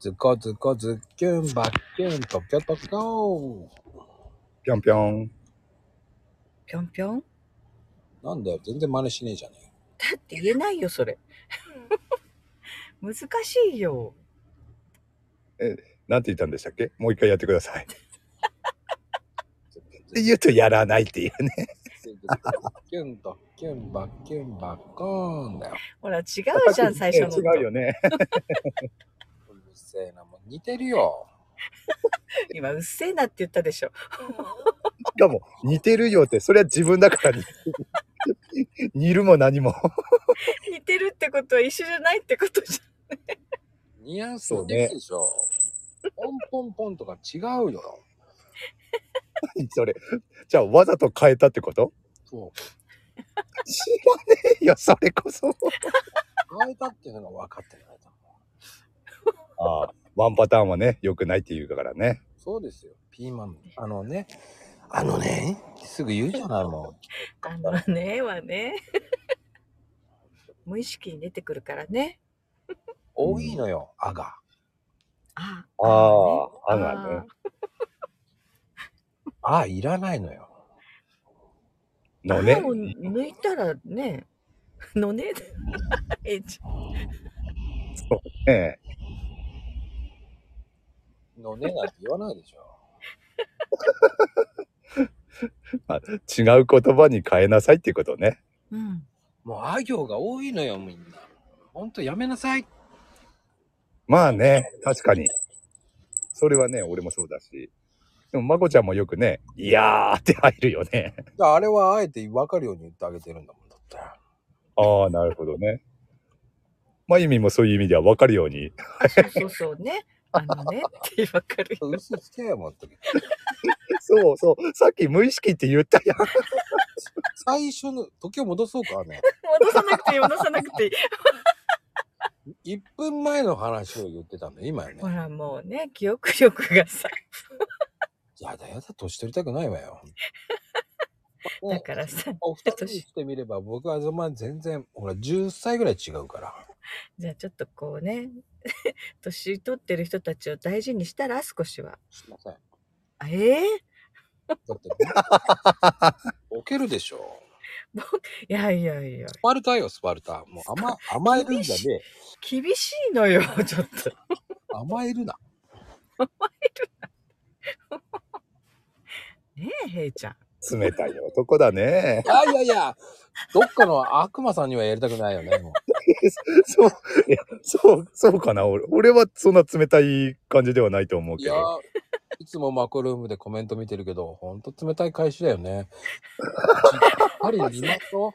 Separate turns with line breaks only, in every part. ズコズコズキュンバキュンとキョとキョ
ぴょんぴょん。
ぴょんぴょんだ
なんだよ、全然真似しねえじゃねえ
って言えないよ、それ。難しいよ。
なんて言ったんでしたっけもう一回やってくださ い。って言うとやらないっていうね。
キュンとキュンバキュンバコーンだよ。
ほら、違うじゃん、最初の。
違うよね。
うるせえな、もう似てるよ。
今、うっせえなって言ったでしょ。
しかも、似てるよって、それは自分だから似てる。 似るも何も。
似てるってことは一緒じゃないってことじ
ニュアンスができるでしょ。ポンポンポンとか違うよ。
それ。じゃあ、わざと変えたってこと
そう。
知らねえよ、それこそ。
変えたっていうのが分かってないと思う。
ああ、ワンパターンはね、良くないって言うからね。
そうですよ。ピーマン、あのね、あのね、すぐ言うじゃないも
ゃん。あのねはね。無意識に出てくるからね。
う。多いのよ、あが。
あ
ああ、あ
ね
がね。
あ、いらないのよ。
のね
歯。を抜いたらね、 のね、 えじ
ええ
のねなんて言わないでしょ。
違う言葉に変えなさいっていうことね。
うん。
もうあ行が多いのよ、みんな。ほんとやめなさい。
まあね、確かに。それはね、俺もそうだし。でも、まこちゃんもよくね、いやーって入るよね。
あれはあえて分かるように言ってあげてるんだもん、だって。
ああ、なるほどね。まゆみもそういう意味では分かるように。
あそうそうそうね。あのねってわかるよ。
嘘つけよ、もっと。
そうそう、さっき無意識って言ったやん。
最初の、時を戻そうかね。
戻さなくていい、戻さなくていい。
1分前の話を言ってたんだよ、今よ
ほ
ね。
ら、もうね、記憶力がさ、
やだやだ、年取りたくないわよ。
だからさ、
お二人にしてみれば、僕はまあ全然、ほら、10歳ぐらい違うから。
じゃあちょっとこうね、 年取ってる人たちを大事にしたら、少しは。
すいません。
あええ
だって、 ボケるでしょ。
いやいやいや、
スパルタよ、スパルタ。もう甘甘えるんじゃね
厳し いのよ、ちょっと。
え。甘えるな。
ねえ、へいちゃん。
冷たい男だね。
あいやいや、どっかの悪魔さんにはやりたくないよね。もう
そう、いや、そう、そうかな。俺俺はそんな冷たい感じではないと思う
い
け
や
ど。
ー、いつもマコルームでコメント見てるけど、ほんと冷たい返しだよね。やっぱり見ましょう。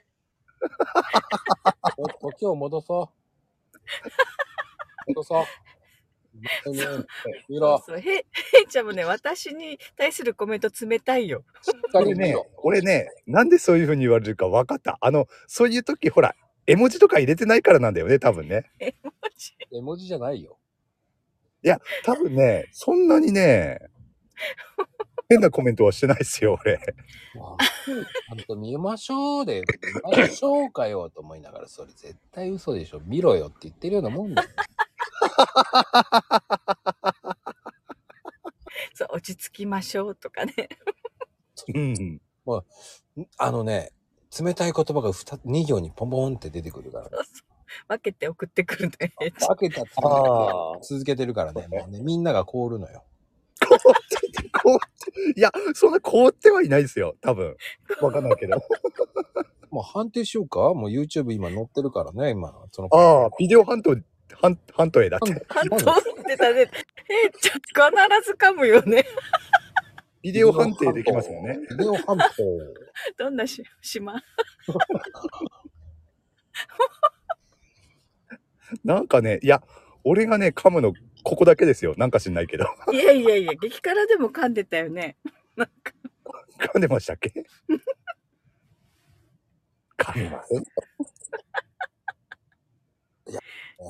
お時を戻そう。戻そう。本当にね見ろ。
そうへいへいちゃんもね、私に対するコメント冷たいよ。
しっか
俺
り見
ね
ろ。、
俺ね、なんでそういう風に言われるか分かった。あの、そういう時、ほら、絵文字とか入れてないからなんだよね、多分ね。
マジ
絵文字じゃないよ。
多分ね、そんなにね、変なコメントはしてないですよ、俺。
もうちゃんと見ましょうで、見ましょうかよと思いながら、それ絶対嘘でしょ。見ろよって言ってるようなもんだよ。
そう、落ち着きましょうとかね。
うん。
あのね、冷たい言葉が 2, 2行にポンポンって出てくる から、ね、
分けて送ってくるね。へいちゃん
分けたつもりで続けてるから ね、もうねみんなが凍るのよ。
凍ってて、凍って。いや、そんな凍ってはいないですよ、多分。分かんないけど。
もう判定しようかもう YouTube 今載ってるからね、今の。その
ああ、ビデオ半島、半半島へだって。
半島ってたね。へいちゃん、必ず噛むよね。
ビデオ判定できますよね。。
ビデオ判 定。
どんなし 島
なんかね、いや、俺がね、噛むの、ここだけですよ。なんか知んないけど。
いやいやいや、激辛でも噛んでたよね。なんか、
噛んでましたっけ噛みま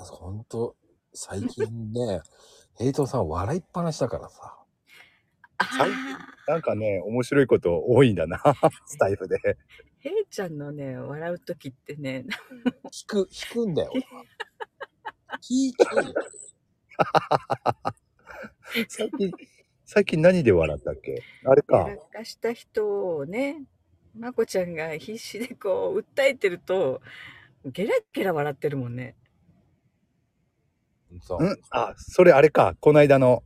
す。
ほんと、最近ね、ヘイトさん笑いっぱなしだからさ。
あ
最
あ。
なんかね、面白いこと多いんだな、スタイフで。
へいちゃんのね、笑う時ってね、
引く、引くんだよ。引いてるよ。
最近、最近何で笑ったっけあれか
や。らかした人をね、まこちゃんが必死でこう、訴えてると、ゲラゲラ笑ってるもんね。
そうう。
んあ、それあれか。この間の。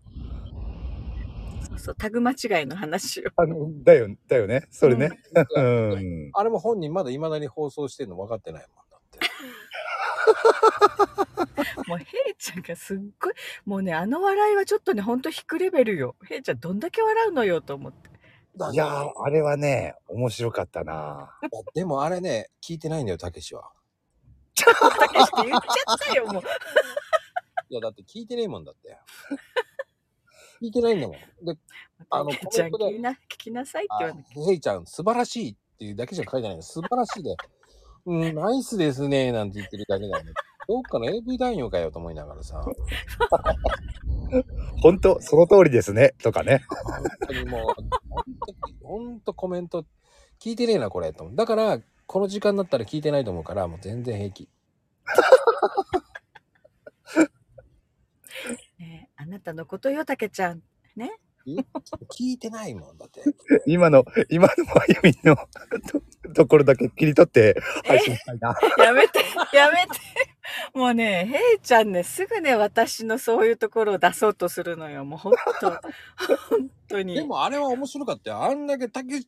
そうそう、タグ間違いの話 を。
あの、だよ、だよね。それね。う
うん
ん。
あれも本人まだ未だに放送してるの分かってないもんだって。
もう、ヘイちゃんがすっごい、もうね、あの笑いはちょっとね、ほんと引くレベルよ。ヘイちゃんどんだけ笑うのよと思って。
だ
いやー、あれはね、面白かったな。
でもあれね、聞いてないんだよ、たけしは。
たけしって言っちゃったよ、もう。
いや、だって聞いてねえもんだ って。聞いてないんだもん。で、 あの
たけちゃん
コメント
聞
で
きな、聞きなさいって言わなきゃ。
あヘイちゃん、素晴らしいっていうだけじゃ書いてないの。素晴らしいで。うん、ナイスですね、なんて言ってるだけだよね。どっかの AV 男優かよと思いながらさ。
本当その通りですね。とかね。
本当にもう、本当に本当コメント、聞いてねえな、これ。とだから、この時間だったら聞いてないと思うから、もう全然平気。
ねえあなたのことよ、たけちゃん。
聞いてないもん、だって。
今の、今のまゆみんの とところだけ切り取って配信したいな。
やめて、やめて。もうね、ヘイちゃんね、すぐね、私のそういうところを出そうとするのよ。もうほんと、ほんとに。
でもあれは面白かったよ。あんだけたけ、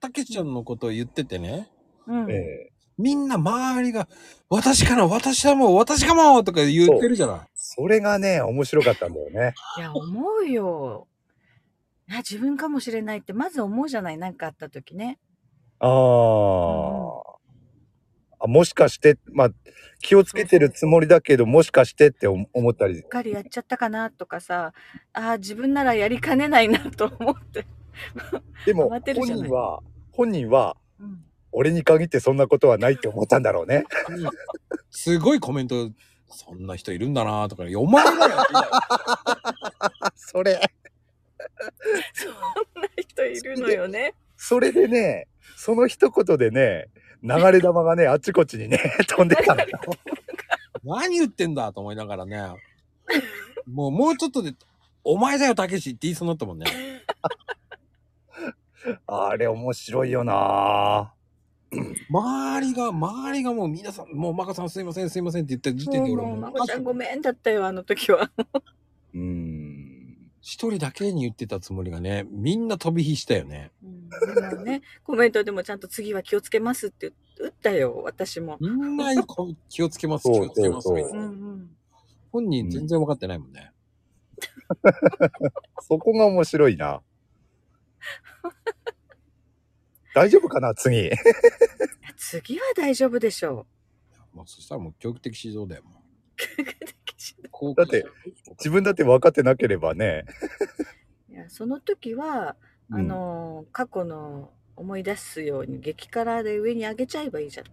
たけちゃんのことを言っててね。
うん、
ええ
みんな周りが、私かな、私だもん、私かもとか言ってるじゃない。
それがね、面白かったんだよね。
いや、思うよ。あ、自分かもしれないって、まず思うじゃない、なんかあった時ね。
あーあ。もしかして、まあ、気をつけてるつもりだけど、もしかしてって思思ったり
うっ。かりやっちゃったかなとかさ、あ、自分ならやりかねないなと思って。
でも、
慌
本
てるじゃない
人は、本人は、
うん
俺に限ってそんなことはないって思ったんだろうね。
すごいコメント、そんな人いるんだなとか、お前だよ。
それ、
そんな人いるのよね。
それでね、その一言でね、流れ玉がね、あっちこっちに ね、飛んでたんだよ。
何言ってんだと思いながらね。もう、もうちょっとで、お前だよ、たけしって言いそうになったもんね。
あれ面白いよな
周りが、周りがもう皆さん、もう、マカさんすいません、すいませんって言った時点で俺
もう、ま
もう、
こちゃんごめんだったよ、あの時は。
うーん。
一人だけに言ってたつもりがね、みんな飛び火したよね。
うんでもね、コメントでもちゃんと次は気をつけますって打ったよ、私も。
みんなこう気をつけます、気
そ
を
う
つけます。
そうそう
うんうん。
本人全然分かってないもんね。
そこが面白い な。大丈夫かな次。
いや次は大丈夫でしょ
もうそしたらもう教育的指導だよ。もう
う。い
こう
だって、自分だって分かってなければね。
やその時は、あのー過去の思い出すように激辛で上に上げちゃえばいいじゃない。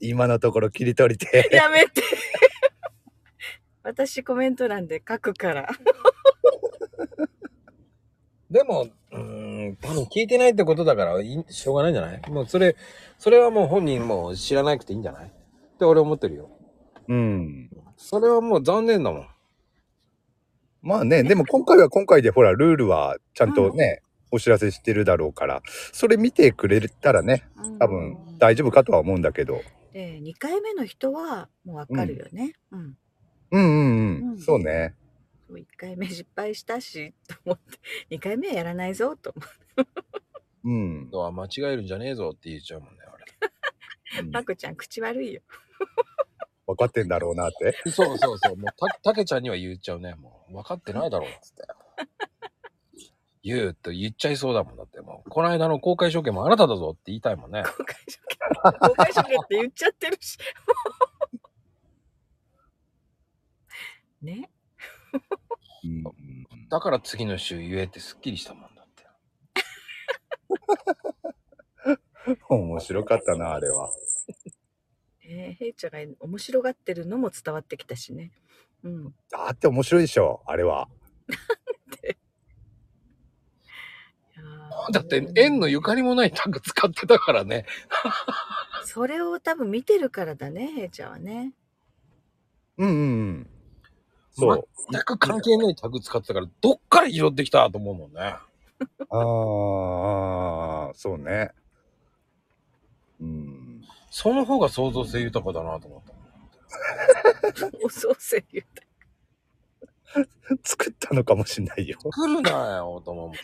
今のところ切り取りて。
やめて 私コメント欄で書くから。
でも、うーん、多分聞いてないってことだから、いしょうがないんじゃないもうそれ、それはもう本人も知らなくていいんじゃないって俺思ってるよ。
うん。
それはもう残念だもん。
まあね、でも今回は今回でほら、ルールはちゃんとね、お知らせしてるだろうから、それ見てくれたらね、多分大丈夫かとは思うんだけど。
で2回目の人はもうわかるよね。うん。
うんうんうん。
うん
そうね。
もう1回目失敗したし、と思って、2回目はやらないぞ、と思って。
うん。
のは間違えるんじゃねえぞって言っちゃうもんね、あれ。
うん
まこちゃん、口悪いよ。
分かってんだろうなって。
そうそうそう。もうた、たけちゃんには言っちゃうね。もう、分かってないだろう、つって。 言うと言っちゃいそうだもんだって、もう、この間の公開証券もあなただぞって言いたいもんね。
公開処刑。公開処刑って言っちゃってるし。ね。
うん
だから次の週言えってすっきりしたもんだって。
面白かったな、あれは。
えー、ヘイちゃんが面白がってるのも伝わってきたしね。うん。
だって面白いでしょ、あれは。
いやー
だって縁のゆかりもないタグ使ってたからね。
それを多分見てるからだね、ヘイちゃんはね。
うんうんうん。そう。
全く関係ないタグ使ってたから、どっから拾ってきたと思うもんね。
ああ、そうね。うん。
その方が創造性豊かだなと思った。
おそうせ言った。
作ったのかもしんないよ。
来るなよ、と思うもんね。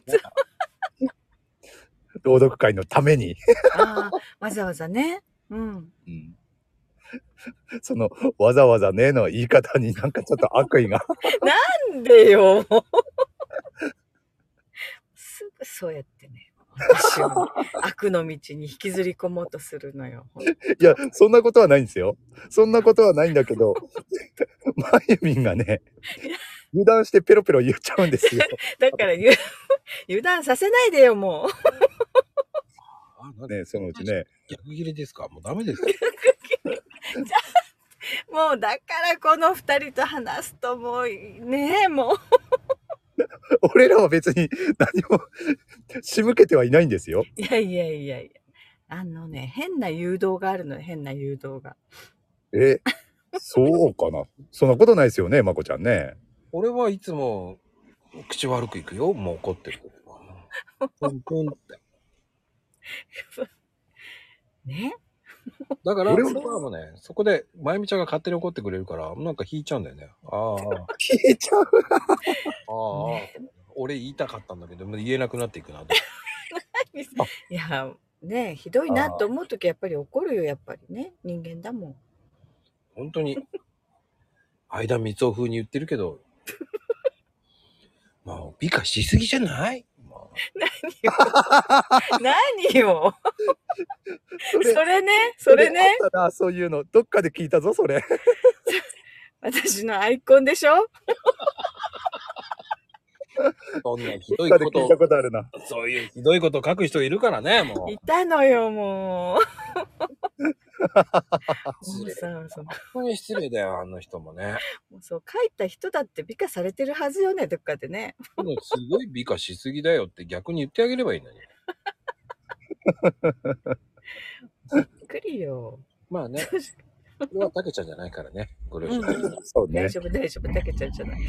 朗読会のために。
ああ、わざわざね。うん。
うん。その、わざわざねの言い方になんかちょっと悪意が。
なんでよ。もうすぐそうやってね。私を悪の道に引きずり込もうとするのよ。
いや、そんなことはないんですよ。そんなことはないんだけど、 まゆみんがね、油断してペロペロ言っちゃうん ですよ。
だからゆ 油断させないでよ、も
あなんで
ね、そのうちね。
逆切れですかもうダメですよ。
う。 もうだからこの二人と話すともうねえ、もう。
俺らは別に何も仕向けてはいないんですよ。
いやいやいやいや。あのね、変な誘導があるのよ、変な誘導が。
え、そうかな。そんなことないですよね、まこちゃんね。
俺はいつも、口悪くいくよ。もう怒ってる時は。ポンポンって。
ね
だから、
俺
俺
は
はもうね、そこで、まゆみちゃんが勝手に怒ってくれるから、なんか引いちゃうんだよね。ああ、あ
聞いち ゃう。
あ、
ね
俺言いたかったんだけど、もう言えなくなっていくなと。
いや、ねひどいなと思うときやっぱり怒るよ、やっぱりね。人間だもん。
本当に、相田光夫風に言ってるけど、もう美化しすぎじゃないも
何よ
そ
それね、それね。。
あったなそういうの、どっかで聞いたぞ、それ。
私のアイコンでしょ
うそんなひ
ど
ど
っ
い
かで
こ
聞
と
いた、ことあるな。
そういうひどいこと書く人いるからね、も。
いうたのよ、もう。も
失
う
礼
さ、その
本当に失礼だよ、あの人もね。
もうそう、書いた人だって美化されてるはずよね、どっかでね。
もうすごい美化しすぎだよって逆に言ってあげればいいのに。
びっくりよ。
まあね、これはたけちゃんじゃないからね、ご了承
うん
そうね
大。丈夫、大丈夫、たけちゃんじゃない。